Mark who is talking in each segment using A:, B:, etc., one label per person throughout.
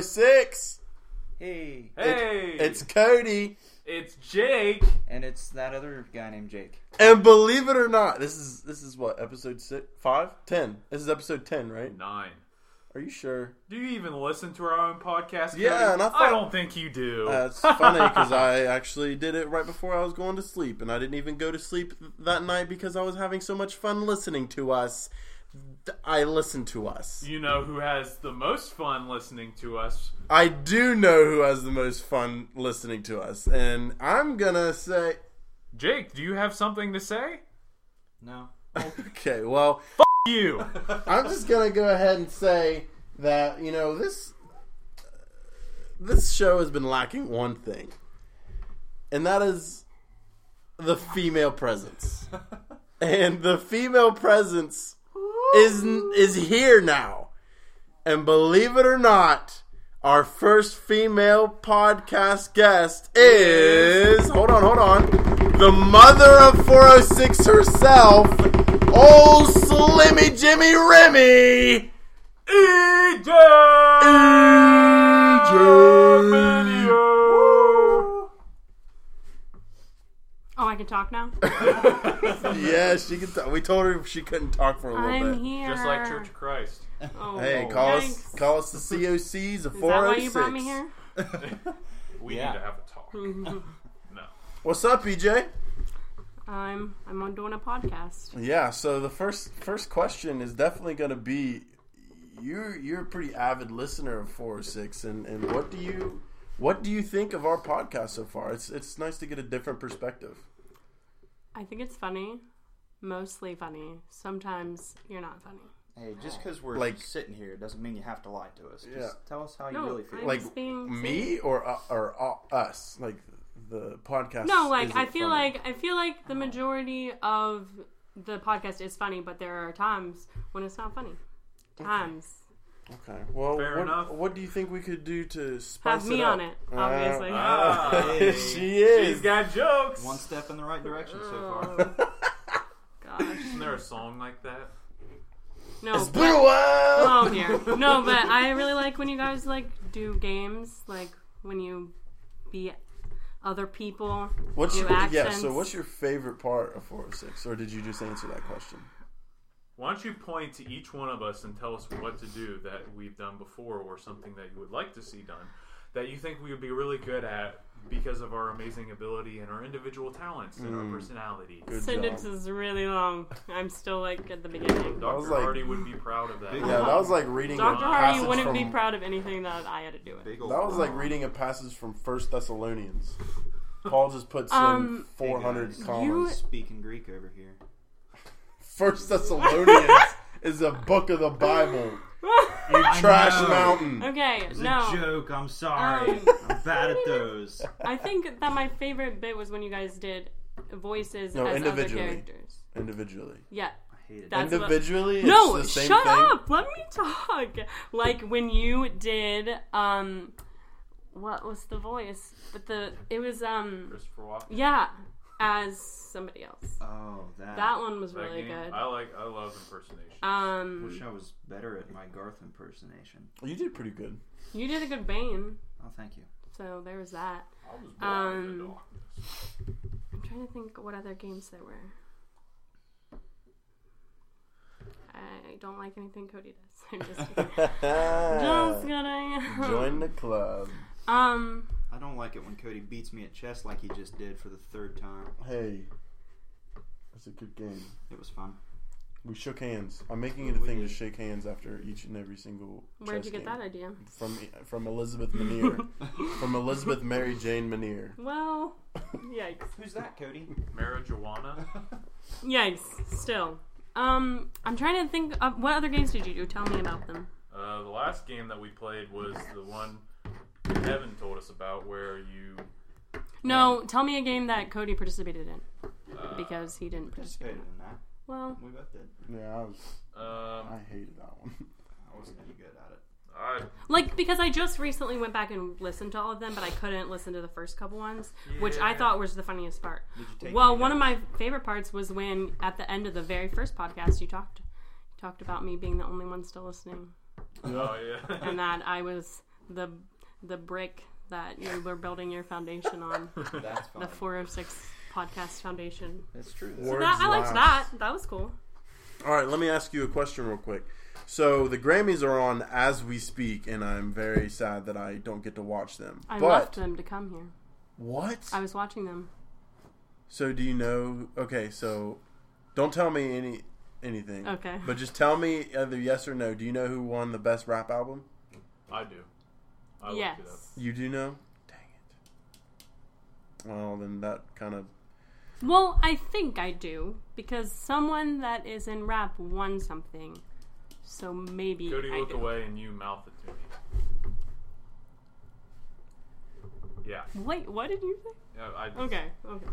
A: 6.
B: Hey.
A: oh It-
C: Hey,
A: it's Cody.
C: it's Jake.
B: And it's that other guy named Jake.
A: And believe it or not, this is this is what episode six, five, ten. This is episode ten, right?
C: Nine.
A: Are you sure?
C: Do you even listen to our own podcast? Cody?
A: Yeah, and I Uh, thought-
C: don't think you do.
A: That's funny because I actually did it right before I was going to sleep, and I didn't even go to sleep that night because I was having so much fun listening to us. Th- I listen to us.
C: you know who has the most fun listening to us?
A: I do know who has the most fun listening to us, and I'm gonna say,
C: Jake, do you have something to say?
B: No.
A: okay, well,
C: You.
A: I'm just gonna go ahead and say that you know this this show has been lacking one thing, and that is the female presence. and the female presence is is here now, and believe it or not. Our first female podcast guest is hold on, hold on, the mother of 406 herself, old Slimmy Jimmy Remy. E
C: EJ. Video.
D: Oh, I can talk now.
A: Yeah, she could. Talk. We told her she couldn't talk for a little
D: I'm
A: bit.
D: here.
C: Just like Church of Christ.
D: Oh,
A: Hey, call us,
D: yikes.
A: call us the COCs of
D: Is that why
A: 406.
D: you brought me here?
C: We
B: Yeah.
C: need to have a talk. no.
A: What's up, E EJ?
D: I'm I'm on doing a podcast.
A: Yeah, so the first first question is definitely going to be you're you're a pretty avid listener of 406 and and what do you what do you think of our podcast so far? It's it's nice to get a different perspective.
D: I think it's funny, mostly funny. Sometimes you're not funny.
B: Hey, just because we're
A: Like-
B: sitting here doesn't mean you have to lie to us. Just
A: Yeah.
B: tell us how you
D: No,
B: really feel.
D: I'm-
A: Like
D: Just being
A: me or uh, or uh, us, like the podcast.
D: No, like
A: isn't
D: I feel
A: funny.
D: like I feel like the majority of the podcast is funny, but there are times when it's not funny. Times.
A: Okay. Well,
C: Fair
A: what,
C: enough.
A: what do you think we could do to spice
D: Have me
A: it up?
D: on it, obviously.
C: Ah,
B: Hey.
A: she is.
C: She's got jokes.
B: One step in the right direction so far.
D: Oh, gosh.
C: Isn't there a song like that?
D: No.
A: It's uh, been a while.
D: Oh dear. No, but I really like when you guys like do games, like when you be other people.
A: What's
D: do
A: your, yeah?
D: accents.
A: So, what's your favorite part of four six, or did you just answer that question?
C: Why don't you point to each one of us and tell us what to do that we've done before or something that you would like to see done that you think we would be really good at because of our amazing ability and our individual talents and our personality.
A: Mm. Good
D: sentence
A: job.
D: is really long. I'm still like at the beginning.
C: Dr.
A: was like-
C: Hardy would be proud of that.
A: Yeah, that was like reading.
D: Dr.
A: a
D: Hardy
A: passage
D: wouldn't
A: from,
D: be proud of anything that I had to do it.
B: Big old
A: That was like reading a passage from First Thessalonians. Paul just puts in
D: Um,
A: four hundred
B: Hey, guys.
D: You-
A: commas.
B: speaking Greek over here.
A: First Thessalonians is a book of the Bible. You trash
B: know.
A: mountain.
D: Okay,
B: It's
D: no.
B: a joke. I'm sorry.
D: Um,
B: I'm bad at those.
D: I think that my favorite bit was when you guys did voices
A: No,
D: as other
A: individually.
D: characters.
A: Individually,
D: Yeah.
B: I hate it.
D: That's what-
A: individually, it's
D: No,
A: the same
D: shut
A: thing.
D: up. Let me talk. Like when you did um what was the voice? But the it was um
C: Christopher Walken.
D: yeah, as somebody else.
B: oh, that.
D: That one was
C: That
D: really
C: game,
D: good.
C: I like. I love impersonation.
D: Um
A: Oh,
B: wish I was better at my Garth impersonation.
A: You did pretty good.
D: you did a good Bane,
B: Oh, thank you.
D: so there was that.
C: I was born in the
D: um,
C: darkness.
D: I'm trying to think what other games there were. I don't like anything Cody does. I'm just kidding. Just kidding.
A: Join the club.
D: Um,
B: I don't like it when Cody beats me at chess like he just did for the third time.
A: Hey, that's a good game.
B: It was fun.
A: We shook hands. I'm making it a thing to shake hands after each and every single.
D: where'd
A: chess
D: you get
A: game.
D: that idea?
A: From E, from Elizabeth Manier, from Elizabeth Mary Jane Manier.
D: Well, yikes.
B: Who's that, Cody?
C: Marijuana.
D: Yikes, still. Um, I'm trying to think of what other games did you do? Tell me about them.
C: Uh, the last game that we played was the one Kevin told us about, where you
D: No, tell me a game that Cody participated in
C: uh,
D: because he didn't participate.
B: Participated in that.
D: Well,
B: We both did.
A: Yeah, I, was, I
C: um,
A: hated that one.
B: I wasn't any good at it.
C: I
D: like because I just recently went back and listened to all of them, but I couldn't listen to the first couple ones, which I
C: Yeah.
D: thought was the funniest part.
B: Did you take
D: Well,
B: any
D: one of
B: notes?
D: my favorite parts was when at the end of the very first podcast you talked you talked about me being the only one still listening
C: oh yeah.
D: and that I was the the brick that you were building your foundation on,
B: That's fine.
D: the 406 podcast foundation.
B: That's true.
A: Words
D: That, I liked
A: last.
D: that. That was cool.
A: All right, let me ask you a question real quick. So the Grammys are on as we speak, and I'm very sad that I don't get to watch them.
D: I
A: but
D: left them to come here.
A: what?
D: I was watching them.
A: So do you know? Okay, so don't tell me any anything.
D: Okay.
A: But just tell me either yes or no. Do you know who won the best rap album?
C: I do. I looked
D: yes.
C: it up.
A: You do know. Dang it. Well, then that kind of
D: Well, I think I do because someone that is in rap won something. So maybe
C: Cody,
D: I
C: look
D: do.
C: away and you mouth it to me. Yeah.
D: Wait, what did you say?
C: yeah, I just,
D: Okay, okay.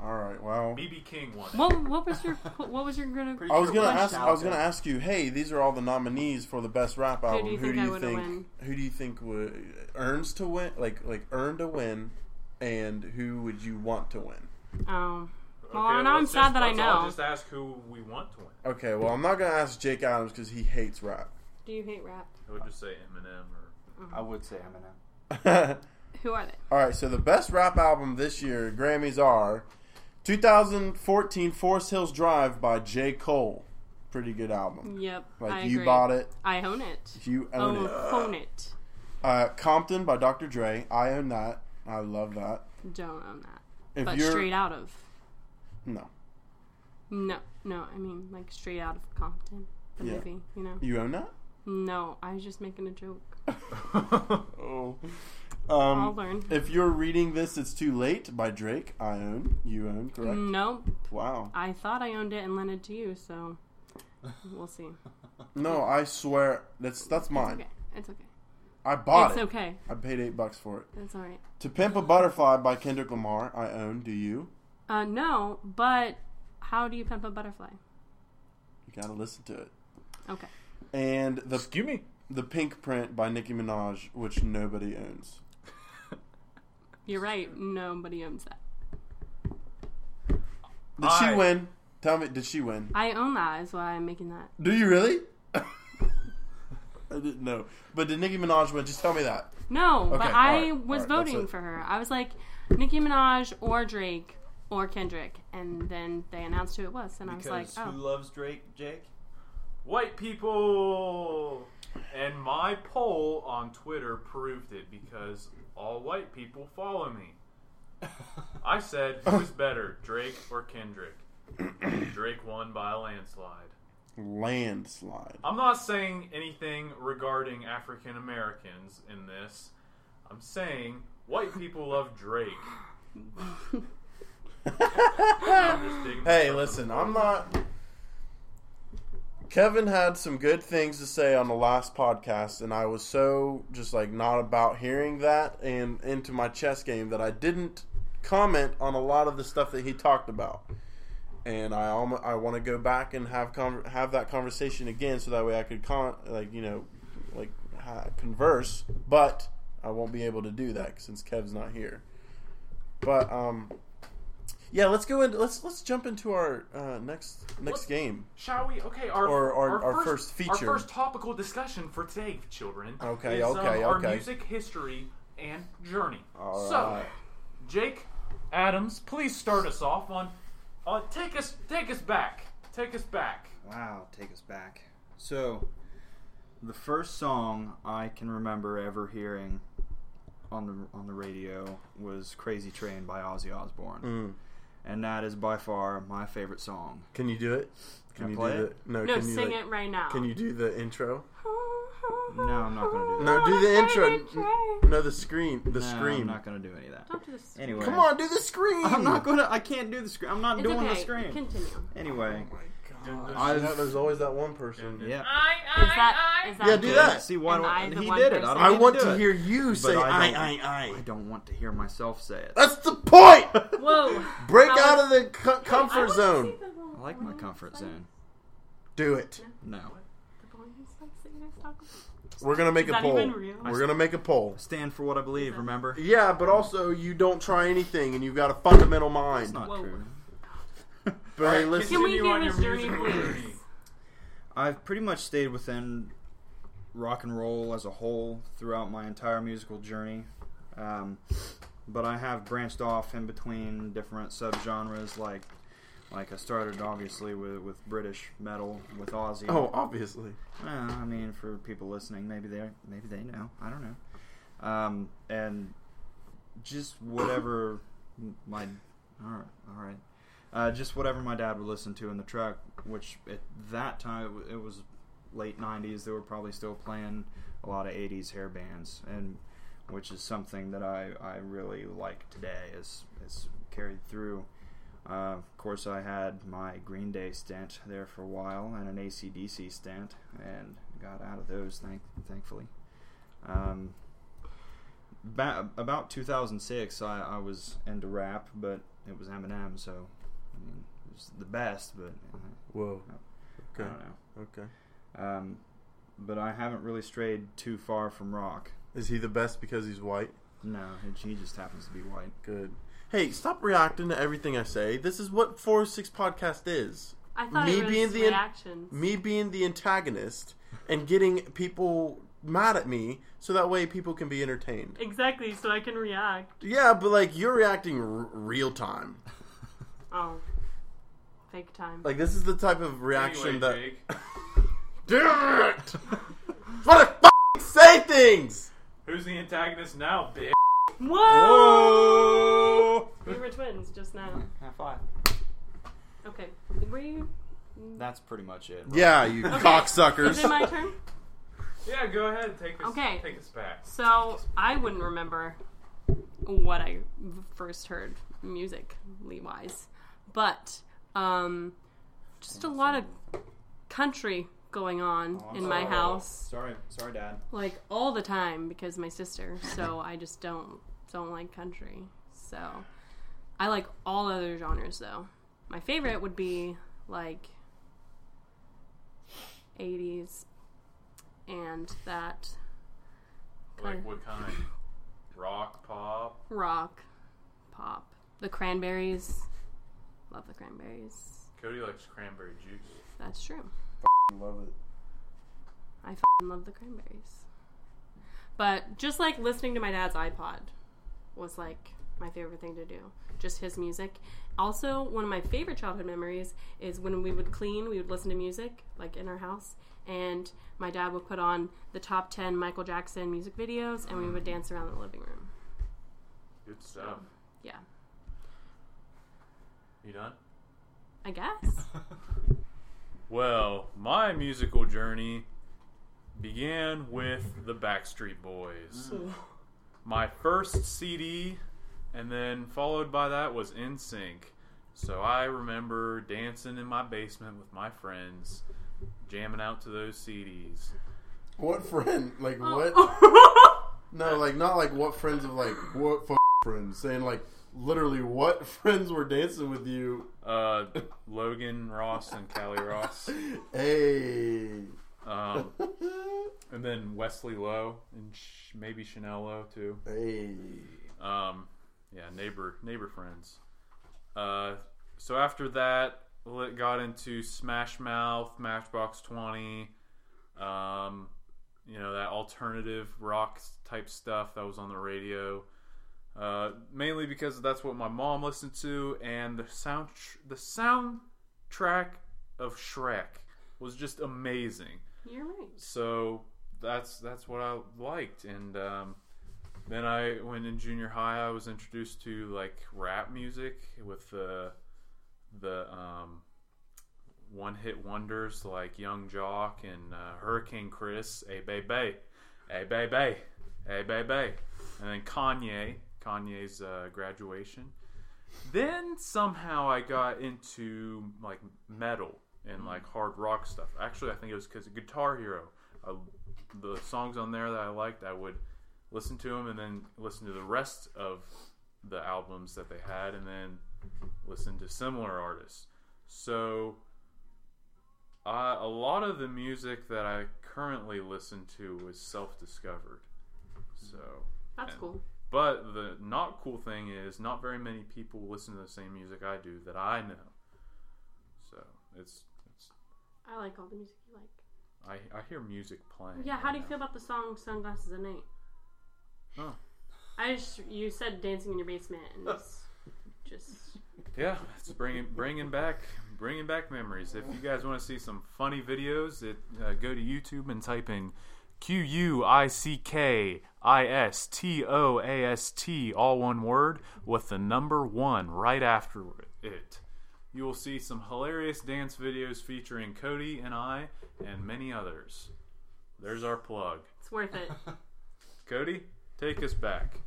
A: all right. Well,
C: BB King won. it.
D: What what was your what was your gonna?
B: Pretty
A: I was
B: sure
A: gonna
B: Wayne
A: ask. I was
B: Stout
A: gonna
B: does.
A: ask you. Hey, these are all the nominees for the best rap album.
D: you think I would win?
A: Who do you think would earns to win? Like like earned a win, and who would you want to win?
D: Oh, well
C: Okay,
D: now I'm
C: let's
D: sad
C: just-
D: that I
C: let's all
D: know.
C: just ask who we want to win.
A: Okay. Well, I'm not gonna ask Jake Adams because he hates rap.
D: Do you hate rap?
C: I would just say Eminem or
B: I would say Eminem.
A: all
D: Who are they?
A: right. So the best rap album this year Grammys are 2014 Forest Hills Drive by J Cole. Pretty good album.
D: Yep,
A: Like
D: I
A: you
D: agree.
A: bought it.
D: I own it.
A: You own
D: Oh,
A: it.
D: own it.
A: Uh, Compton by Dr. Dre. I own that. I love that.
D: Don't own that.
A: If
D: But
A: you're
D: straight out of.
A: no,
D: No, no. I mean, like straight out of Compton, the
A: Yeah.
D: movie. You know.
A: you own that.
D: No, I was just making a joke.
A: Oh.
D: I'll
A: Um,
D: learn.
A: if you're reading this, it's too late by Drake. I own. You own, correct?
D: Nope.
A: Wow.
D: I thought I owned it and lent it to you, so we'll see.
A: No, I swear that's that's
D: It's
A: mine.
D: okay. It's okay.
A: I bought
D: it's
A: it.
D: okay.
A: I paid eight bucks for it.
D: It's all right.
A: To Pimp a Butterfly by Kendrick Lamar. I own. Do you?
D: Uh, no, but how do you pimp a butterfly?
A: You gotta listen to it.
D: Okay.
A: And the
E: Excuse me.
A: the Pink Print by Nicki Minaj, which nobody owns.
D: You're right. Nobody owns that.
A: Did
C: I-
A: she win? Tell me, did she win?
D: I own that is why I'm making that.
A: Do you really? I didn't know. But did Nicki Minaj win? Just tell me that.
D: No,
A: Okay,
D: but I
A: all right, all
D: was
A: right, that's
D: voting
A: it.
D: for her. I was like Nicki Minaj or Drake or Kendrick, and then they announced who it was, and
B: Because
D: I was like,
B: who
D: oh,
B: loves Drake? Jake.
C: white people. And my poll on Twitter proved it because all white people follow me. I said, who's better, Drake or Kendrick? Drake won by a landslide.
A: Landslide.
C: I'm not saying anything regarding African Americans in this. I'm saying white people love Drake. I'm just digging
A: Hey,
C: myself in
A: listen,
C: the
A: I'm
C: foot.
A: not. Kevin had some good things to say on the last podcast, and I was so just like not about hearing that and into my chess game that I didn't comment on a lot of the stuff that he talked about. And I almost, I want to go back and have con- have that conversation again, so that way I could con- like you know like ha- converse, but I won't be able to do that since Kev's not here. But um, yeah, let's go in. Let's let's jump into our uh, next next
C: What?
A: game.
C: Shall we? Okay, our
A: Or- or- our first feature.
C: our first topical discussion for today, children.
A: Okay,
C: is, um,
A: okay,
C: Our
A: okay.
C: music history and journey.
A: All
C: so,
A: right.
C: Jake Adams, please start us off on. Uh, take us, take us back, take us back.
B: Wow, take us back. So, the first song I can remember ever hearing on the on the radio was "Crazy Train" by Ozzy Osbourne,
A: Mm.
B: and that is by far my favorite song.
A: Can you do it? Can,
B: I
A: you
B: play
A: do
B: it?
A: the no?
D: no,
A: can you
D: sing
A: like-
D: it right now.
A: Can you do the intro?
B: No, I'm not gonna do that.
A: No, do the intro.
D: Crazy train.
A: N- No, the scream.
B: No,
A: The scream.
B: I'm not gonna do any of that.
D: Don't do this.
B: Anyway,
A: Come on, do the scream.
B: I'm not gonna. I can't do the scream. I'm not
D: It's
B: doing
D: okay.
B: the scream.
D: Continue.
B: Anyway,
A: Oh God.
B: I-
A: You know, there's always that one person.
B: yeah.
D: Is that? Is that
A: Yeah, do
D: good?
A: that.
B: See why
D: Ah, Am
B: don't
D: I the
B: he
D: one
B: did it?
D: person?
B: I, don't
A: I
B: need
A: want
B: do
A: to
B: it.
A: hear you say
B: I
A: I,
B: don't-
A: I, I.
B: I don't want to hear myself say it.
A: That's the point.
D: Whoa.
A: Break
D: How-
A: out of the co-
D: I
A: comfort
D: wanna
A: zone.
D: see the little
B: I like my
D: boy
B: comfort
D: who's
B: zone.
A: Do it.
B: No.
D: like- the boy who's like singing his song.
A: We're gonna make
D: Is
A: a
D: that
A: poll.
D: even real?
A: We're gonna make a poll.
B: Stand for what I believe. Remember.
A: Yeah, but also you don't try anything, and you've got a fundamental
B: It's
A: mind.
B: not
D: Whoa.
B: true.
A: But hey,
C: Alright,
A: listen.
D: Can we
C: continue
D: do
C: on
D: this
C: your
D: journey,
C: musical
D: please?
C: journey.
B: I've pretty much stayed within rock and roll as a whole throughout my entire musical journey. Um, but I have branched off in between different subgenres. Like, like I started obviously with, with British metal with Ozzy.
A: Oh, obviously.
B: Well, I mean, for people listening, maybe they maybe they know. I don't know. Um, and just whatever my all right, all right. Uh, just whatever my dad would listen to in the truck, which at that time it, wa- it was late '90s. They were probably still playing a lot of '80s hair bands, and which is something that I, I really like today. Is is carried through. Uh, of course, I had my Green Day stint there for a while and an ACDC stint, and got out of those thank- thankfully. Um, ba- about 2006, I, I was into rap, but it was Eminem, so I mean, it was the best, but uh,
A: Whoa.
B: I
A: Okay.
B: don't know.
A: Okay.
B: Um, but I haven't really strayed too far from rock.
A: Is he the best because he's white?
B: No, he just happens to be white.
A: Good. Hey, stop reacting to everything I say. This is what 406 Podcast is.
D: I thought
A: Me
D: it was
A: being the-
D: reactions.
A: Me being the antagonist and getting people mad at me so that way people can be entertained.
D: exactly, so I can react.
A: Yeah, but like you're reacting r- real time.
D: Oh, fake time.
A: Like this is the type of reaction
C: Anyway,
A: that
C: Jake,
A: Damn it! What I f- say things.
C: who's the antagonist now, bitch?
D: Whoa! We were twins just now.
B: High five.
D: Okay, were you?
B: That's pretty much it.
A: Yeah, you cocksuckers.
D: Is it my turn?
C: Yeah, go ahead. Take us.
D: Okay.
C: Take us back.
D: So I wouldn't remember what I first heard musically wise, but um, just a lot of country going on in my house,
B: Sorry, sorry, Dad.
D: like all the time because my sister. So I just don't don't like country. So I like all other genres though. My favorite would be like 80s and that
C: Like what kind? Rock, pop.
D: rock, pop. The Cranberries. Love the Cranberries.
C: Cody likes cranberry juice.
D: That's true.
A: Love it.
D: I f love the Cranberries. But just like listening to my dad's iPod was like my favorite thing to do. Just his music. Also, one of my favorite childhood memories is when we would clean, we would listen to music, like in our house, and my dad would put on the top 10 Michael Jackson music videos, and we would dance around the living room.
C: Good stuff.
D: Yeah.
C: You done?
D: I guess.
C: Well, my musical journey began with the Backstreet Boys. My first CD, and then followed by that was In Sync. So I remember dancing in my basement with my friends, jamming out to those CDs.
A: What friend? Like what? No, like not like what friends of like what f- friends saying like literally what friends were dancing with you.
C: Uh, Logan Ross and Callie Ross,
A: Hey.
C: um, and then Wesley Lowe and sh- maybe Chanel Lowe too.
A: hey.
C: Um, yeah, neighbor neighbor friends. Uh, so after that, it got into Smash Mouth, Matchbox Twenty, um, you know that alternative rock type stuff that was on the radio. Uh, mainly because that's what my mom listened to, and the sound the soundtrack of Shrek was just amazing
D: You're right.
C: so that's that's what I liked, and um, then I when in junior high I was introduced to like rap music with the the um, one hit wonders like Young Jock and uh, Hurricane Chris, a bay bay, a bay bay, a bay bay, and then Kanye Kanye's uh, graduation. Then somehow I got into like metal and like hard rock stuff. Actually, I think it was because Guitar Hero, I, the songs on there that I liked, I would listen to them and then listen to the rest of the albums that they had, and then listen to similar artists. So, uh, a lot of the music that I currently listen to was self-discovered. So
D: That's
C: And-
D: cool.
C: but the not cool thing is, not very many people listen to the same music I do that I know. So it's, it's
D: I like all the music you like.
C: I, I hear music playing.
D: Yeah,
C: right
D: how do you
C: now.
D: feel about the song Sunglasses at Night?
C: Oh.
D: I just, you said dancing in your basement, and it's just.
C: Yeah, it's bringing bringing back bringing back memories. If you guys want to see some funny videos, it, uh, go to YouTube and type in Q U I C K I S T O A S T, all one word, with the number one right after it. You will see some hilarious dance videos featuring Cody and I and many others. There's our plug.
D: It's worth it.
C: Cody, take us back.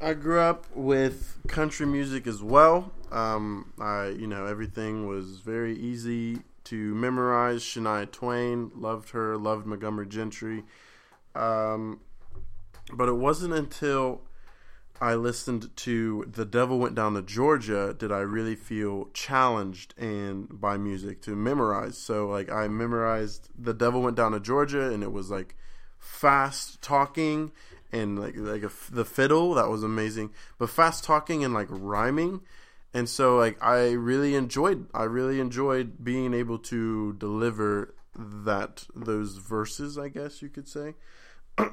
A: I grew up with country music as well. Um, I, you know, everything was very easy to memorize. Shania Twain loved her, loved Montgomery Gentry. Um, but it wasn't until I listened to "The Devil Went Down to Georgia" did I really feel challenged and by music to memorize. So, like, I memorized "The Devil Went Down to Georgia," and it was like fast talking and like like a f the fiddle that was amazing but fast talking and like rhyming and so like i really enjoyed i really enjoyed being able to deliver that those verses i guess you could say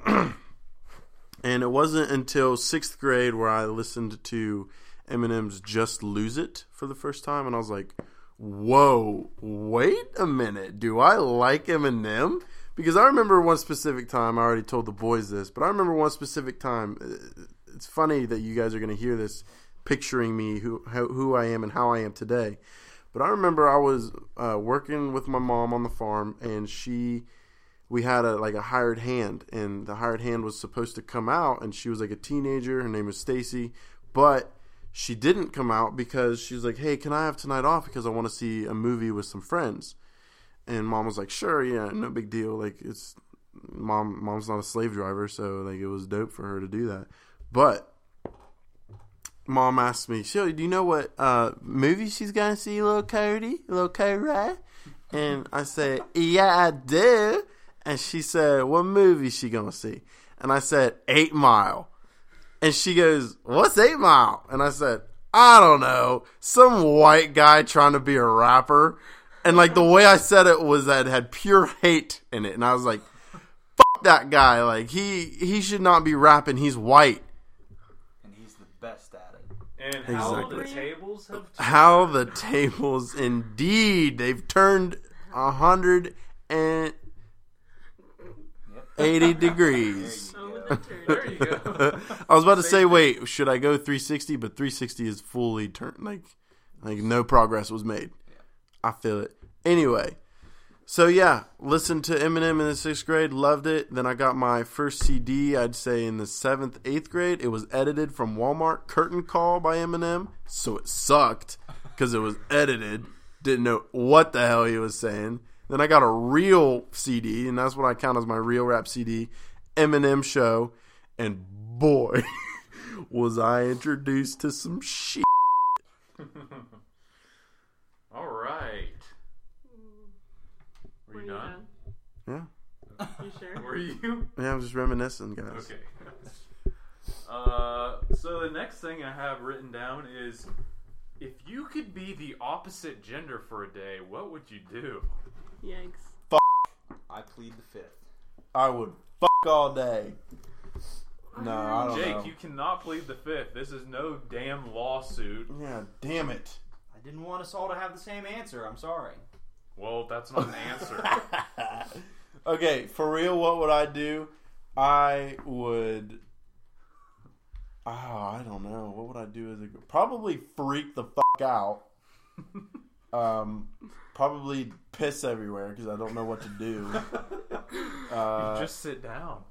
A: and it wasn't until sixth grade where i listened to eminem's just lose it for the first time and i was like whoa wait a minute do i like eminem because I remember one specific time. I already told the boys this, but I remember one specific time. uh, It's funny that you guys are going to hear this, picturing me who how, who I am and how I am today. But I remember I was uh, working with my mom on the farm, and she we had a like a hired hand, and the hired hand was supposed to come out, and she was like a teenager. Her name was Stacy, but she didn't come out because she was like, "Hey, can I have tonight off? Because I want to see a movie with some friends." and mom was like, "Sure, yeah, no big deal. Like it's mom. Mom's not a slave driver, so like it was dope for her to do that." But mom asked me, "So do you know what uh, movie she's gonna see, little Cody, little Cody?" And I said, "Yeah, I do." And she said, "What movie she gonna see?" And I said, Eight Mile." And she goes, What's Eight Mile? And I said, I don't know. Some white guy trying to be a rapper. And like the way I said it was that it had pure hate in it. And I was like, Fuck that guy. Like he he should not be rapping. He's white.
B: and he's the best at it.
C: And how the
A: Exactly.
C: tables have
A: How the tables indeed. They've turned a hundred and eighty degrees.
D: So with
B: Yeah.
D: the turd.
C: There you go.
A: I was about to say, wait, should I go 360? But 360 is fully turned. Like, like no progress was made. I feel it. Anyway, so yeah, listened to Eminem in the sixth grade, loved it. Then I got my first CD. I'd say in the seventh, eighth grade. It was edited from Walmart Curtain Call by Eminem, so it sucked because it was edited. Didn't know what the hell he was saying. Then I got a real CD, and that's what I count as my real rap CD, Eminem Show, and boy, was I introduced to some shit.
C: All right. Were
D: Were
C: you
D: you
C: done?
A: Yeah,
D: done? You sure?
C: Were you?
A: yeah, I'm just reminiscing, guys.
C: Okay. Uh, so the next thing I have written down is if you could be the opposite gender for a day, what would you do?
D: Yikes.
B: I plead the fifth.
A: I would fuck all day. Oh, No, I don't
C: Jake,
A: know.
C: you cannot plead the fifth. This is no damn lawsuit.
A: yeah, damn it.
B: I didn't want us all to have the same answer. I'm sorry.
C: Well, that's not an answer.
A: okay, for real, what would I do? I would. Oh, I don't know. What would I do as a gr- probably freak the fuck out. Um, probably piss everywhere because I don't know what to do. Uh,
C: Just sit down.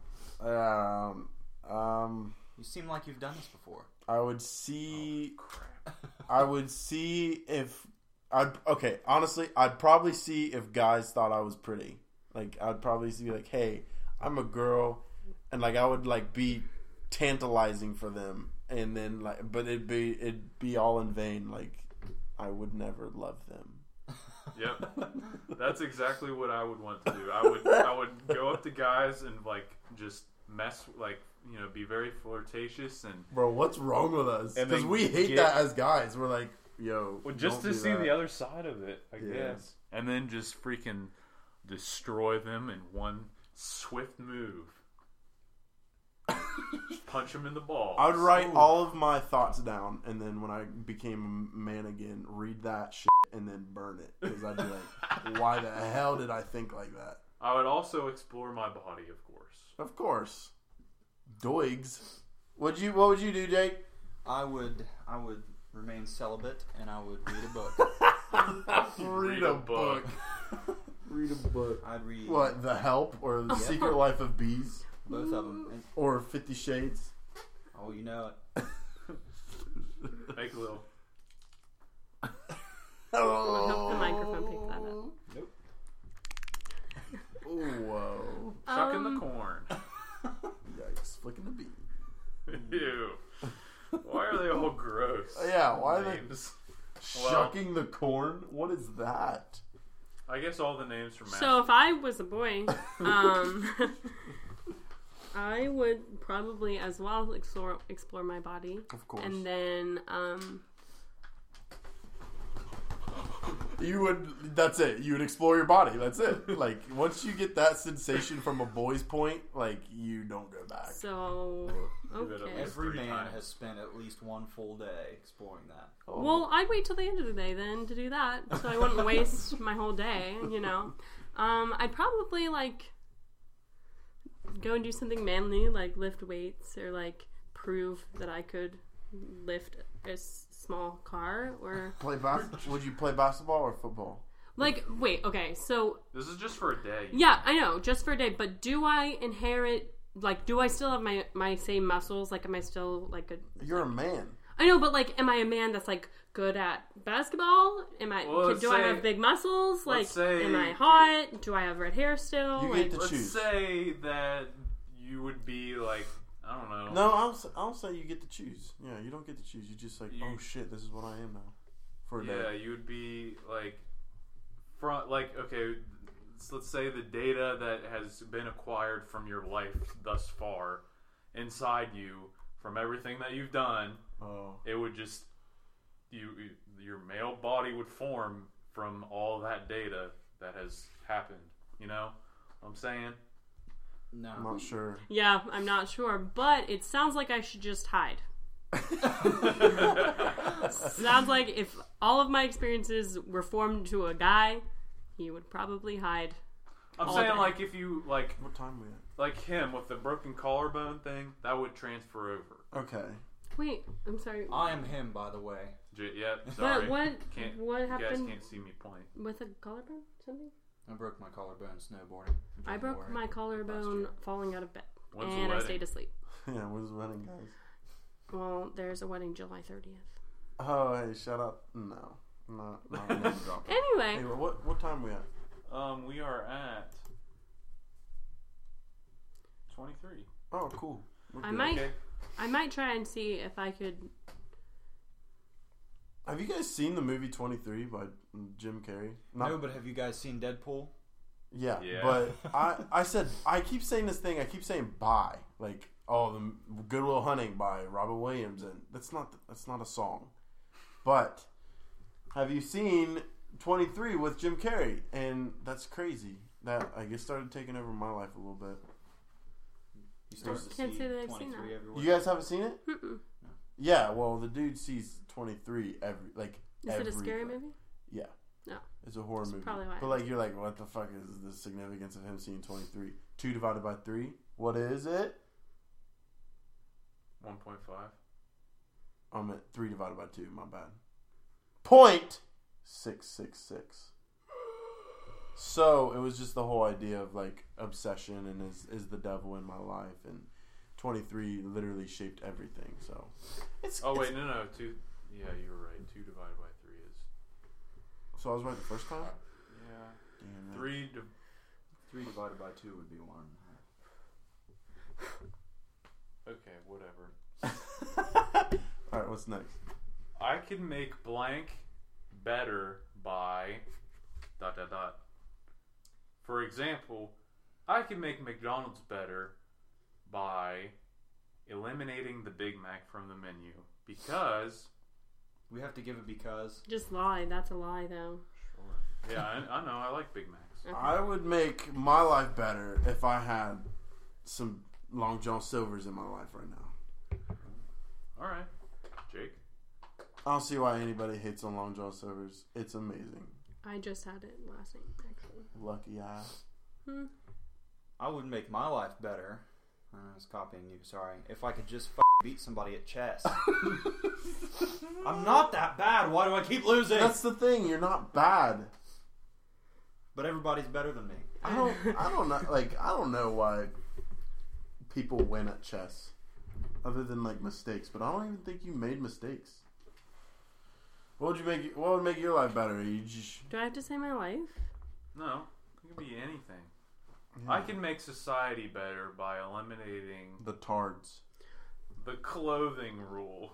A: um, um,
B: You seem like you've done this before.
A: I would see. I would see if I okay. Honestly, I'd probably see if guys thought I was pretty. Like I'd probably see like, hey, I'm a girl, and like I would like be tantalizing for them, and then like, but it'd be it'd be all in vain. Like I would never love them.
C: Yep. That's exactly what I would want to do. I would I would go up to guys and like just mess like you know be very flirtatious and
A: Bro, what's wrong with us?
C: And
A: Because
C: then
A: we hate
C: get-
A: that as guys. We're like, yo,
C: Well, just
A: don't
C: to
A: do
C: see
A: that.
C: the other side of it, I
A: Yeah.
C: guess. And then just freaking destroy them in one swift move. Punch them in the balls.
A: I would write all of my thoughts down, and then when I became a man again, read that shit and then burn it because I'd be like, "Why the hell did I think like that?"
C: I would also explore my body, of course.
A: Of course, doigs. Would you? What would you do, Jake?
B: I would I would remain celibate and I would read a book.
A: Read a book. Read a book.
B: I'd read
A: What? The Help or The Secret Life of Bees
B: both of them. And,
A: or Fifty Shades?
B: oh, you know it.
C: Make a little.
A: Oh,
D: hope the microphone picked that up.
A: Whoa!
C: Chucking
D: Um,
C: the corn.
A: Yikes! Flicking the bee.
C: Ew. Why are they all gross?
A: Yeah, why are they-
C: names?
A: Shucking the corn. What is that?
C: I guess all the names from
D: So if I was a boy, um, I would probably as well explore explore my body,
A: Of course.
D: and then um,
A: You would. That's it. You would explore your body. That's it. Like once you get that sensation from a boy's point, like you don't go back.
D: so
C: Give it a
D: okay.
C: miss.
B: Every
C: Three
B: man
C: times.
B: has spent at least one full day exploring that.
D: Well, I'd wait till the end of the day then to do that, so I wouldn't waste my whole day. You know, um, I'd probably like go and do something manly, like lift weights or like prove that I could lift a s- small car or
A: play bas- Would you play basketball or football?
D: like wait okay so
C: This is just for a day.
D: Yeah, I know, just for a day. But do I inherit? Like, do I still have my my same muscles? Like, am I still like a?
A: You're a man.
D: I know, but like, am I a man that's like good at basketball? Am I?
C: Well, let's
D: do I
C: say-
D: have big muscles? Like,
C: let's say-
D: am I hot? Do I have red hair still?
A: You
D: like,
A: get to
C: Let's
A: choose.
C: say that you would be like I don't know.
A: No, I'll, s- I'll say you get to choose. Yeah, you don't get to choose. You just like,
C: You-
A: oh shit, this is what I am now. For a
C: Yeah,
A: day.
C: you would be like front like okay, s- let's say the data that has been acquired from your life thus far inside you from everything that you've done,
A: Oh.
C: it would just you you- your male body would form from all that data that has happened, you know? What I'm saying?
B: No.
A: I'm not sure.
D: yeah, I'm not sure, but it sounds like I should just hide. Sounds like if all of my experiences were formed to a guy, he would probably hide.
C: I'm
D: All
C: saying
D: day.
C: like if you like
A: What time we
C: like him with the broken collarbone thing, that would transfer over.
A: at? Okay.
D: Wait, I'm sorry.
B: I am him, by the way.
C: J- yep, sorry.
D: But what
C: Can't-
D: what
C: you guys
D: happened
C: can't see me point.
D: with a collarbone? Something?
B: I broke my collarbone snowboarding.
D: I
B: Don't
D: broke
B: worry.
D: my collarbone
B: year.
D: falling out of bed,
C: When's the
D: and I
C: wedding?
D: stayed asleep.
A: Yeah, where's the wedding, guys?
D: Well, there's a wedding July 30th.
A: Oh, hey, shut up. No. Not, not gonna drop it.
D: Anyway,
A: Anyway, what, what time we at?
C: Um, we are at twenty-three.
A: Oh, cool. We're
D: I
A: good.
D: might
C: Okay.
D: I might try and see if I could.
A: Have you guys seen the movie 23 by Jim Carrey? Not-
B: No, but have you guys seen Deadpool?
A: yeah,
C: Yeah.
A: but I, I said, I keep saying this thing, I keep saying bye. Like, oh, the Goodwill Hunting by Robin Williams, and that's not, that's not a song. But have you seen 23 with Jim Carrey? And that's crazy. That, I guess, started taking over my life a little bit.
B: You start to
D: Can't
B: see
D: say that I've seen
B: 23
D: that.
B: everywhere.
A: You guys haven't seen it?
D: Mm-mm.
A: Yeah, well, the dude sees 23 every, like,
D: Is it a scary
A: everything.
D: movie?
A: Yeah.
D: No.
A: It's a horror
D: That's
A: movie.
D: probably why I
A: But like you're like, what the fuck is the significance of him seeing twenty three? Two divided by three? What is it?
C: One point five.
A: I'm at three divided by two, my bad. Point six six six. So it was just the whole idea of like obsession and is is the devil in my life and twenty three literally shaped everything, so it's
C: Oh
A: it's-
C: wait, no, no, two. Yeah, you're right. Two divided by three is.
A: so I was right the first time?
C: Yeah.
A: Damn it.
C: Three. Di-
B: Three divided by two would be one.
C: okay, whatever.
A: Alright, what's next?
C: I can make blank better by dot dot dot. For example, I can make McDonald's better by eliminating the Big Mac from the menu because
B: We have to give it because.
D: Just lie. That's a lie, though.
C: Yeah, I, I know. I like Big Macs.
A: I would make my life better if I had some Long John Silvers in my life right now.
C: All right, Jake.
A: I don't see why anybody hates on Long John Silvers. It's amazing.
D: I just had it last night, actually.
A: Lucky I.
B: I would make my life better. I was copying you. Sorry. If I could just f- beat somebody at chess. I'm not that bad. Why do I keep losing?
A: That's the thing. You're not bad.
B: But everybody's better than me.
A: I don't. I don't know. Like I don't know why people win at chess, other than like mistakes. But I don't even think you made mistakes. What would you make? What would make your life better? You just,
D: Do I have to say my life?
C: No, it could be anything. I can make society better by eliminating
A: the tards.
C: the clothing rule.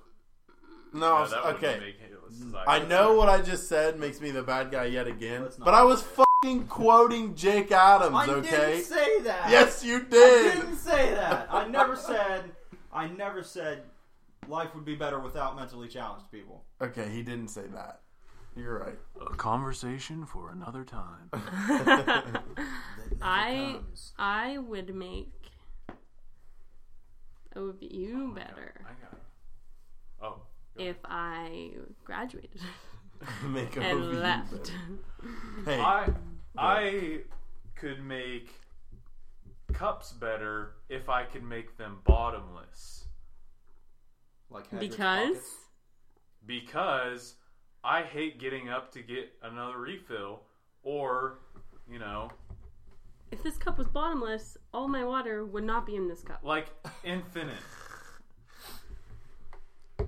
A: No.
C: Yeah, that wouldn't
A: Oh, okay. Mm,
C: make it a society
A: I know
C: better.
A: what I just said makes me the bad guy yet again,
B: Let's not
A: but I
B: do
A: was
B: that.
A: fucking quoting Jake Adams.
B: I
A: okay.
B: didn't say that.
A: yes, you
B: I
A: did.
B: didn't say that. I never said. I never said life would be better without mentally challenged people.
A: Okay, he didn't say that. You're right.
C: A conversation for another time.
D: I
B: comes.
D: I would make of
A: Oh
D: you better
C: I got it. Oh,
D: if I graduated
A: Make a movie
D: and
A: you
D: left.
A: better. Hey,
C: I I could make cups better if I could make them bottomless
B: Like Hagrid's
D: because
B: pockets.
C: because I hate getting up to get another refill or you know
D: if this cup was bottomless, all my water would not be in this cup.
C: like infinite.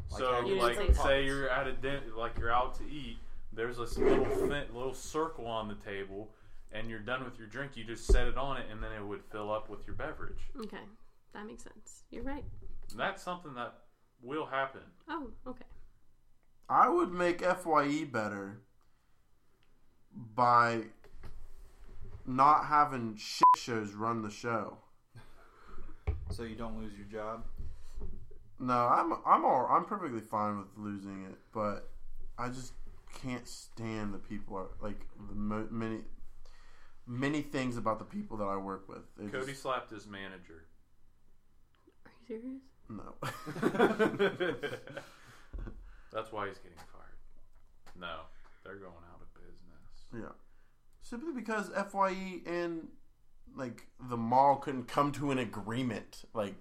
C: so
B: Hagrid's
C: like
D: pockets.
C: say you're at a din- like you're out to eat. There's this little thin, little circle on the table, and you're done with your drink. You just set it on it, and then it would fill up with your beverage.
D: Okay, that makes sense. You're right.
C: And that's something that will happen.
D: Oh, okay.
A: I would make Fye better by not having shit shows run the show.
B: So you don't lose your job.
A: No, I'm I'm all I'm perfectly fine with losing it, but I just can't stand the people. I- Like the mo- many many things about the people that I work with. They
C: Cody
A: just-
C: slapped his manager.
D: Are you serious?
A: no.
C: That's why he's getting fired. No, they're going out of business.
A: yeah, simply because Fye and like the mall couldn't come to an agreement. Like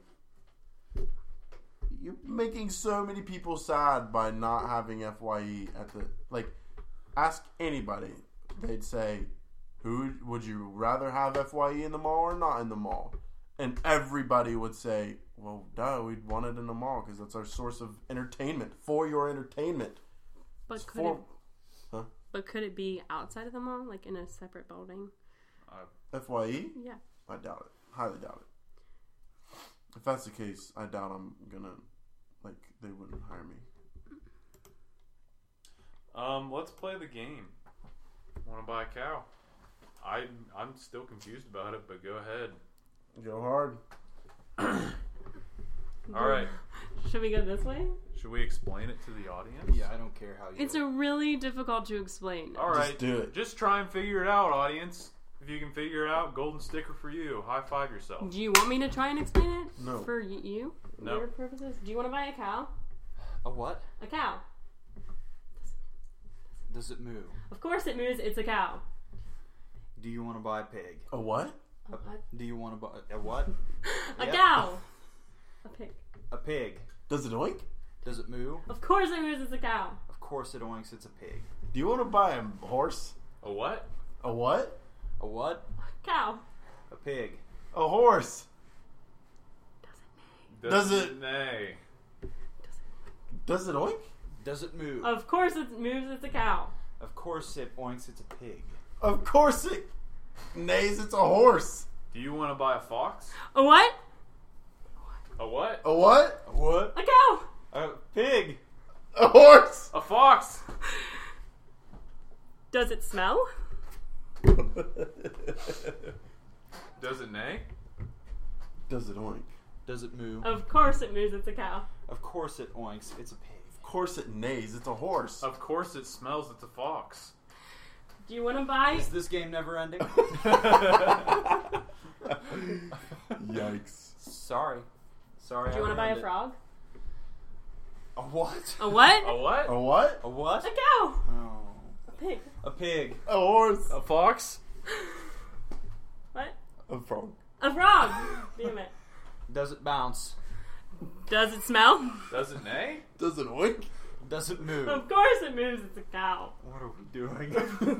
A: you're making so many people sad by not having Fye at the like. Ask anybody, they'd say, "Who would you rather have Fye in the mall or not in the mall?" And everybody would say, "Well, duh, we'd want it in the mall because that's our source of entertainment for your entertainment."
D: But
A: It's
D: could
A: for-
D: it? But could it be outside of the mall, like in a separate building?
A: Fye.
D: Yeah.
A: I doubt it. Highly doubt it. If that's the case, I doubt I'm gonna like they wouldn't hire me.
C: Um, let's play the game. Want to buy a cow? I I'm still confused about it, but go ahead.
A: Go hard.
C: All right,
D: Should we go this way?
C: should we explain it to the audience?
B: Yeah, I don't care how you.
D: It's a really difficult to explain.
C: All right,
A: Just do it.
C: Just try and figure it out, audience. If you can figure it out, golden sticker for you. High five yourself.
D: Do you want me to try and explain it?
A: No.
D: For y- you?
C: No.
D: Your purposes? Do you want to buy a cow?
B: a what?
D: A cow.
B: Does it move?
D: Of course it moves. It's a cow.
B: Do you want to buy a pig?
A: A what?
D: A what?
B: Do you want to buy a what?
D: A
B: Yeah.
D: cow. A pig.
B: A pig.
A: Does it oink?
B: Does it move?
D: Of course it moves. It's a cow.
B: Of course it oinks. It's a pig.
A: Do you want to buy a horse?
C: A what?
A: A what?
B: A what?
D: Cow.
B: A pig.
A: A horse. Does it-
C: Nay.
A: Does it oink?
B: Does it move?
D: Of course it moves. It's a cow.
B: Of course it oinks. It's a pig.
A: Of course it. Nays, it's a horse.
C: Do you want to buy a fox?
D: A what?
C: A what?
A: A what?
B: A what?
D: A cow.
B: A pig.
A: A horse.
C: A fox.
D: Does it smell?
C: Does it nay?
A: Does it oink?
B: Does it move?
D: Of course it moves. It's a cow.
B: Of course it oinks. It's a pig.
A: Of course it nays. It's a horse.
C: Of course it smells. It's a fox.
D: Do you want to buy?
B: Is this game never ending?
A: Yikes.
B: Sorry. Sorry.
D: Do you
B: want to
D: buy a frog?
B: A what?
D: A what?
C: A what?
A: A what?
B: A what?
D: A cow.
B: Oh.
D: A pig.
B: A pig.
A: A horse.
C: A fox?
D: What?
A: A frog.
D: A frog. Damn it.
B: Does it bounce?
D: Does it smell?
C: Does it neigh?
A: Does it wink?
B: Does it move?
D: Of course it moves. It's a cow.
B: What are we doing?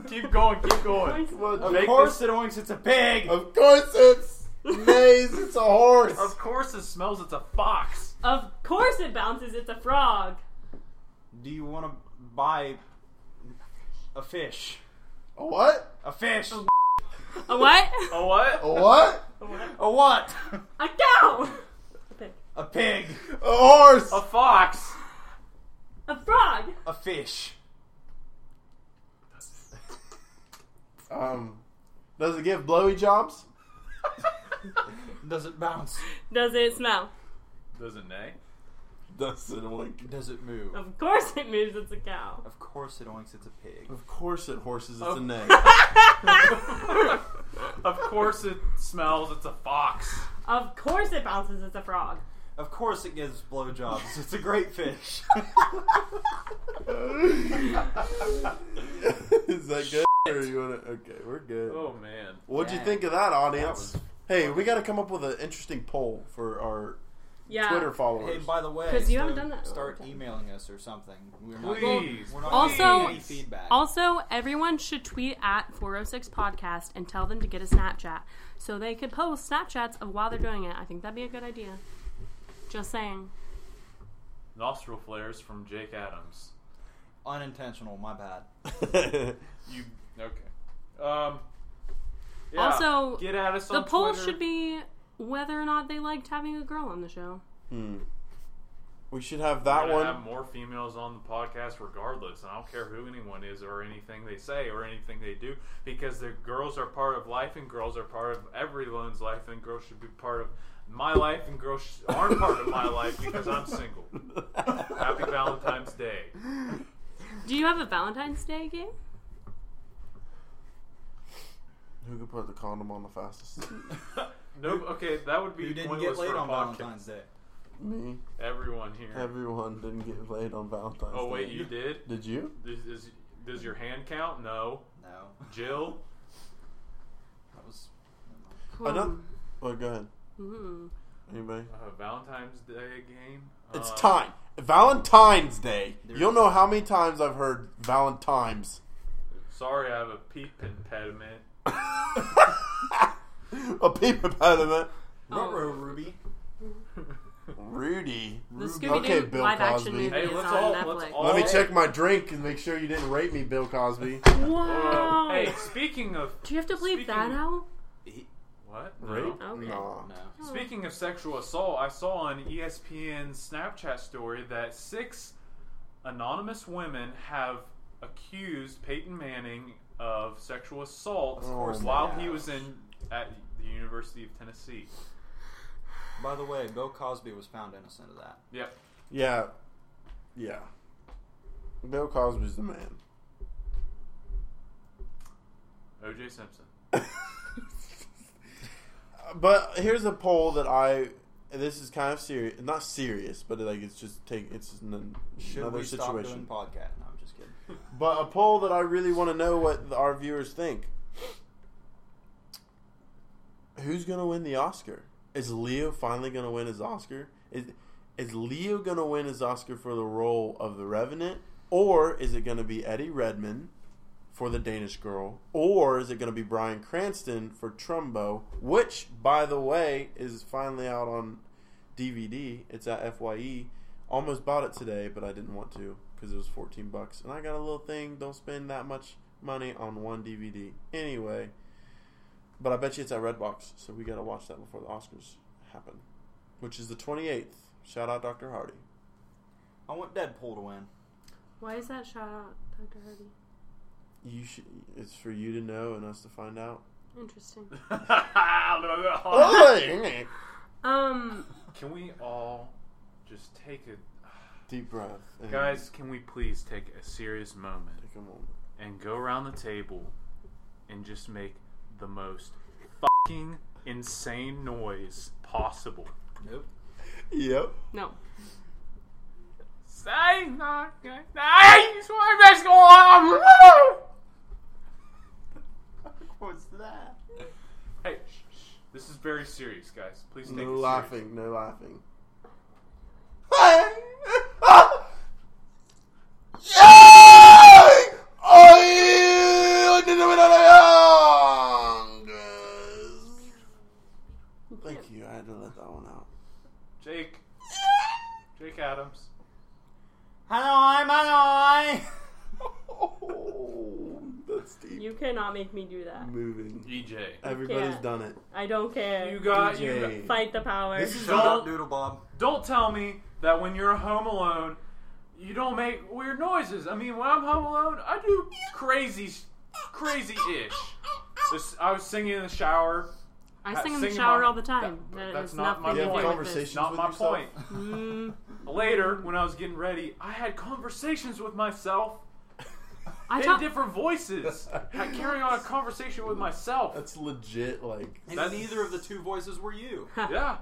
C: Keep going, keep going.
D: Of
A: Well,
B: of
A: Jake,
B: course it oinks, it's a pig!
A: Of course it's Maze, it's a horse.
C: Of course it smells, it's a fox.
D: Of course it bounces. It's a frog.
B: Do you want to buy a fish?
A: A what?
B: A fish!
D: A what?
C: A what?
A: A what?
D: A what?
B: A what?
D: A cow. A pig.
B: A pig!
A: A horse.
C: A fox.
D: A frog.
B: A fish!
A: Um, does it give blowy jobs?
B: Does it bounce?
D: Does it smell?
C: Does it neigh?
A: Does it wink?
B: Does it move?
D: Of course it moves. It's a cow.
B: Of course it oinks, it's a pig.
A: Of course it horses, it's
C: Of-
A: a neigh.
C: Of course it smells, it's a fox.
D: Of course it bounces. It's a frog.
B: Of course it gives blowjobs, it's a great fish.
A: Is that good? Or you wanna, okay, we're good.
C: Oh man.
A: What'd you
B: Dang.
A: think of that, audience?
B: That was-
A: hey, we got to come up with an interesting poll for our
D: Yeah.
A: Twitter
B: hey,
A: followers.
B: by the way,
D: 'Cause you haven't
B: start-
D: done that in a
B: Start
D: long time.
B: emailing us or something. We're not
C: Please.
B: We're not
D: Also-
B: getting any feedback.
D: Also, everyone should tweet at 406 Podcast and tell them to get a Snapchat so they could post Snapchats of while they're doing it. I think that'd be a good idea. Just saying.
C: Nostril flares from Jake Adams.
B: Unintentional, my bad.
C: You okay? Um. yeah.
D: Also,
C: get at us.
D: the
C: on
D: poll
C: Twitter.
D: should be whether or not they liked having a girl on the show.
A: Hmm. We should have
C: We're
A: that
C: gonna
A: one.
C: Have more females on the podcast, regardless. And I don't care who anyone is or anything they say or anything they do, because the girls are part of life, and girls are part of everyone's life, and girls should be part of my life, and girls sh- aren't part of my life because I'm single. Happy Valentine's Day.
D: Do you have a Valentine's Day game?
A: Who could put the condom on the fastest?
C: No, okay, that would be
B: You didn't
C: pointless
B: get laid
C: for a
B: on
C: podcast.
B: Valentine's Day.
A: Me.
C: Everyone here.
A: Everyone didn't get laid on Valentine's
C: oh wait,
A: Day.
C: you did.
A: Did you?
C: Does, is, does your hand count? No.
B: No,
C: Jill.
B: that was.
A: Another. Oh, go ahead.
D: Hmm.
A: Anybody?
C: Uh, Valentine's Day game.
A: It's
C: Um,
A: time. Valentine's Day.
B: There
A: You'll
B: it
A: know how many times I've heard Valentine's.
C: Sorry, I have a peep impediment.
A: A peep impediment.
D: Oh.
B: Ruh-roh, Ruby.
A: Rudy.
D: The
B: Ruby.
D: Scooby Doo
A: Okay, Bill
D: live
A: Cosby.
D: action movie
C: Hey,
D: is
C: let's
D: on
C: all- let's
D: Netflix.
C: all-
A: Let me
C: Oh.
A: check my drink and make sure you didn't rape me, Bill Cosby.
D: wow.
C: Hey, speaking of
D: Do you have to bleep
C: Speaking-
D: that out?
C: what?
A: Rape?
C: No.
D: Okay.
A: Nah.
B: No.
C: Speaking of sexual assault, I saw on E ESPN Snapchat story that six anonymous women have accused Peyton Manning of sexual assault
A: Oh,
C: while
B: my
C: he
B: gosh.
C: was in at the University of Tennessee.
B: By the way, Bill Cosby was found innocent of that.
C: Yep.
A: Yeah. Yeah. Bill Cosby's the man.
C: O.J. Simpson.
A: But here's a poll that I. This is kind of serious, not serious, but like it's just take it's just an,
B: Should
A: another
B: we stop doing
A: situation.
B: podcast? No, I'm just kidding.
A: But a poll that I really want to know what the- our viewers think. Who's gonna win the Oscar? Is Leo finally gonna win his Oscar? Is is Leo gonna win his Oscar for the role of the Revenant, or is it gonna be Eddie Redman for the Danish Girl, or is it gonna be Brian Cranston for Trumbo? Which, by the way, is finally out on DVD. It's at E. Fye. Almost bought it today, but I didn't want to because it was 14 bucks, and I got a little thing. Don't spend that much money on one DVD anyway. But I bet you it's at Redbox, so we got to watch that before the Oscars happen, which is the 28th. Shout out Dr. Hardy.
B: I want Deadpool to win.
D: Why is that shout out, Dr. Hardy?
A: You should. It's for you to know and us to find out.
D: Interesting. Um.
C: Can we all just take a
A: Deep breath, and
C: guys? Can we please take a serious moment
A: Take a moment.
C: and go around the table and just make the most fucking insane noise possible.
B: Nope.
A: Yep.
D: No.
C: Say not that's going on.
B: What's that?
C: Hey, shh, shh. this is very serious, guys. Please take
A: No
C: it
A: laughing. No laughing. Thank you. I had to let that one out.
C: serious. Jake, Jake Adams.
B: Hanoi,
A: Oh, that's deep.
D: You cannot make me do that.
A: Moving.
C: EJ.
A: Everybody's
D: Yeah.
A: done it.
D: I don't care.
C: You got you. Got,
A: EJ.
D: Fight the power.
B: This is
C: Shut
B: all
C: up,
B: Doodle Bob.
C: don't tell me that when you're home alone, you don't make weird noises. I mean, when I'm home alone, I do crazy, crazy ish. This, I was singing in the shower.
D: I sing in the
C: sing
D: shower
C: my-
D: all the time.
C: Uh, that-
D: That
C: that's
D: has
C: not my
D: nothing
A: You
D: to do
A: have
D: with
A: conversations
D: this.
C: Not
A: with
C: my
A: yourself?
C: point.
D: Mm,
C: Later, when I was getting ready, I had conversations with myself
D: I
C: in
D: talk.
C: different voices. I carry on a conversation with myself.
A: That's legit. Like
B: And
C: That's-
B: neither of the two voices were you.
C: Yeah,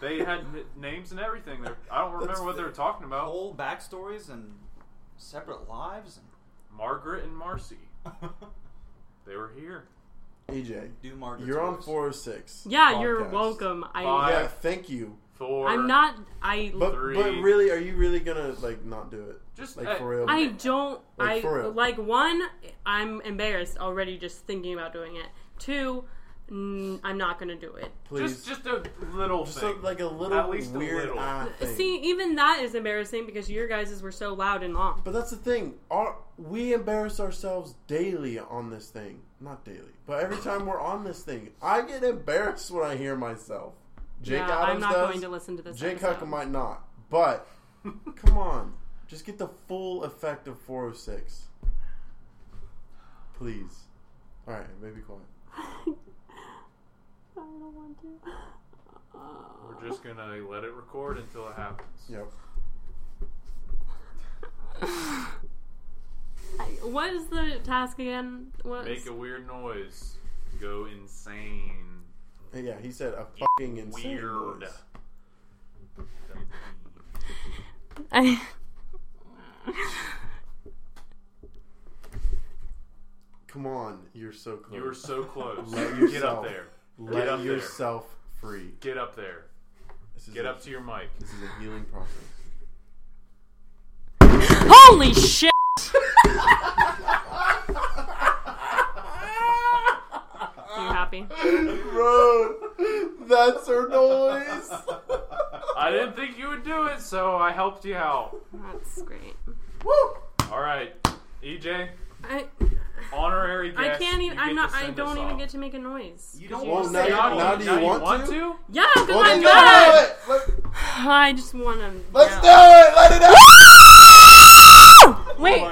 C: they had n- names and everything. They're, I don't remember
A: That's
C: what they were talking about.
B: Whole backstories and separate lives.
C: Margaret and Marcy.
B: And
C: They were here.
A: EJ,
B: do Margaret's
A: you're on
B: voice.
A: four or six.
D: Yeah, you're
A: podcasts.
D: welcome.
C: Five.
D: I.
A: Yeah, thank you.
C: Four.
D: I'm not. I.
A: But
C: Three.
A: but really, are you really gonna like not do it?
C: Just
A: like
C: uh,
A: for real.
D: I don't.
A: Like,
D: I
A: for real.
D: like one. I'm embarrassed already just thinking about doing it. Two, n- I'm not gonna do it.
A: please.
C: Just just a little
A: Just
C: thing.
A: a- like a little
C: At least a
A: weird
C: little.
A: eye thing.
D: Uh, See, even that is embarrassing because your guys's were so loud and long.
A: but that's the thing. Our, we embarrass ourselves daily on this thing. Not daily, but every time we're on this thing, I get embarrassed when I hear myself. Jake
D: yeah,
A: Adams
D: I'm not
A: does.
D: going to listen to this.
A: Jake
D: episode.
A: Hucker might not, but come on, just get the full effect of 406, please. All right, maybe quiet.
D: I don't want to.
C: We're just gonna let it record until it happens.
A: Yep.
D: I- what is the task again? What?
C: Make a weird noise. Go insane.
A: Hey, Yeah, he said a fucking insane
C: Weird.
A: noise.
D: I-
A: Come on, you're so close.
C: You were so close.
A: Let
C: Get up
A: yourself.
C: there.
A: Let
C: Get up
A: yourself free.
C: there. Get up there.
A: This is
C: Get
A: a,
C: up to your mic.
A: This is a healing process.
D: Holy shit!
C: Ah!
D: Are you happy?
A: Bro, that's her noise.
C: I didn't think you would do it, so I helped you out.
D: That's great.
C: All right, EJ,
D: I
C: honorary
D: I
C: guest.
D: can't
C: you
D: even. I'm
C: get
D: not.
C: to
D: I
C: send
D: don't
C: us
D: even
C: off.
D: get to make a noise.
B: You don't
A: Well,
B: want
A: now
B: to
A: you-
B: say
A: now
B: audio.
A: do you want to?
D: Yeah, because
A: Well,
D: I'm
A: then go
D: good.
A: do it. Let,
D: I just want to.
A: let's do it. Let it out.
D: Wait.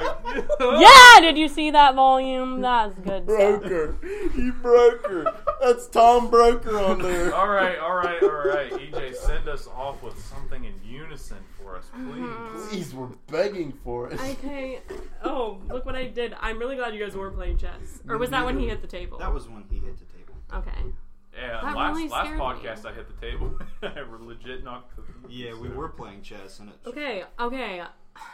C: Oh
D: Yeah. Did you see that volume? That's good. stuff.
A: Broker. You broker. That's Tom Broker on there.
C: All right, all right, all right. E EJ, send us off with something in unison for us,
D: Mm-hmm.
C: please.
A: Please, we're begging for it.
D: Okay. Oh, look what I did. I'm really glad you guys were playing chess. Or was that when he hit the table?
B: That was when he hit the table.
D: Okay.
C: Yeah,
D: That
C: last
D: really
C: last
D: scared me.
C: podcast I hit the table. I legit knocked the
B: Yeah, we were playing chess, and it.
D: Okay. Okay.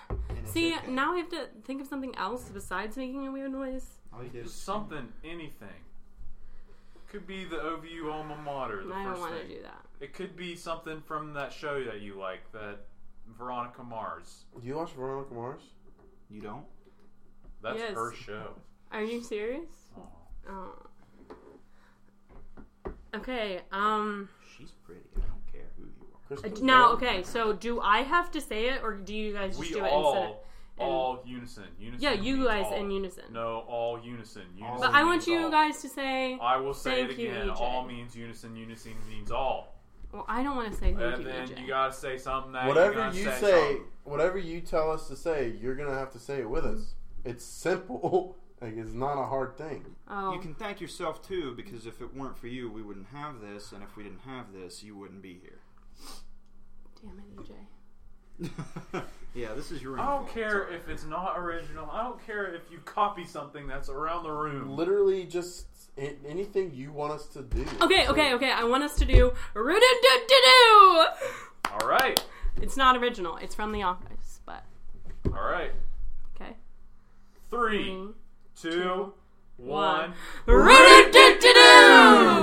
B: and it
D: See,
B: did that.
D: now I have to think of something else besides making a weird noise.
B: All you did is-
C: something, anything. Could be the OVU alma mater. The
D: I don't
C: first
D: want to
C: thing.
D: do that.
C: It could be something from that show that you like, that Veronica Mars.
A: You watch Veronica Mars?
B: You don't.
C: That's
D: Yes.
C: her show.
D: Are you serious?
C: Oh.
D: Oh. Okay. Um.
B: She's pretty. I don't care who you are.
A: Kristen
D: Now,
A: Bell?
D: okay. So, do I have to say it, or do you guys just
C: We
D: do it instead? of-
C: all,
D: and-
C: all unison. unison
D: Yeah, you
C: means
D: guys
C: all.
D: in unison.
C: No, all unison. unison
D: But I want
C: means
D: you
C: all.
D: guys to say.
C: I will say it
D: Thank you,
C: again.
D: EJ.
C: All means unison. Unison means all.
D: Well, I don't want to say thank
C: And
D: you, E
C: then
D: EJ.
C: you gotta say something that
A: Whatever
C: gotta
A: you say,
C: something.
A: whatever you tell us to say, you're gonna have to say it with us. It's simple. Like it's not a hard thing.
D: oh.
B: You can thank yourself too, because if it weren't for you, we wouldn't have this, and if we didn't have this, you wouldn't be here.
D: Damn it, E EJ.
B: yeah, this is your.
C: I
B: own
C: don't
B: fault.
C: care
B: Sorry.
C: if it's not original. I don't care if you copy something that's around the room.
A: Literally, just a- anything you want us to do.
D: Okay, okay, okay. I want us to do do.
C: All right,
D: It's not original. It's from The Office, but
C: all right.
D: okay.
C: Three,
D: Mm.
C: two, one.
D: Roo-doo-doo-doo-doo! Hmm,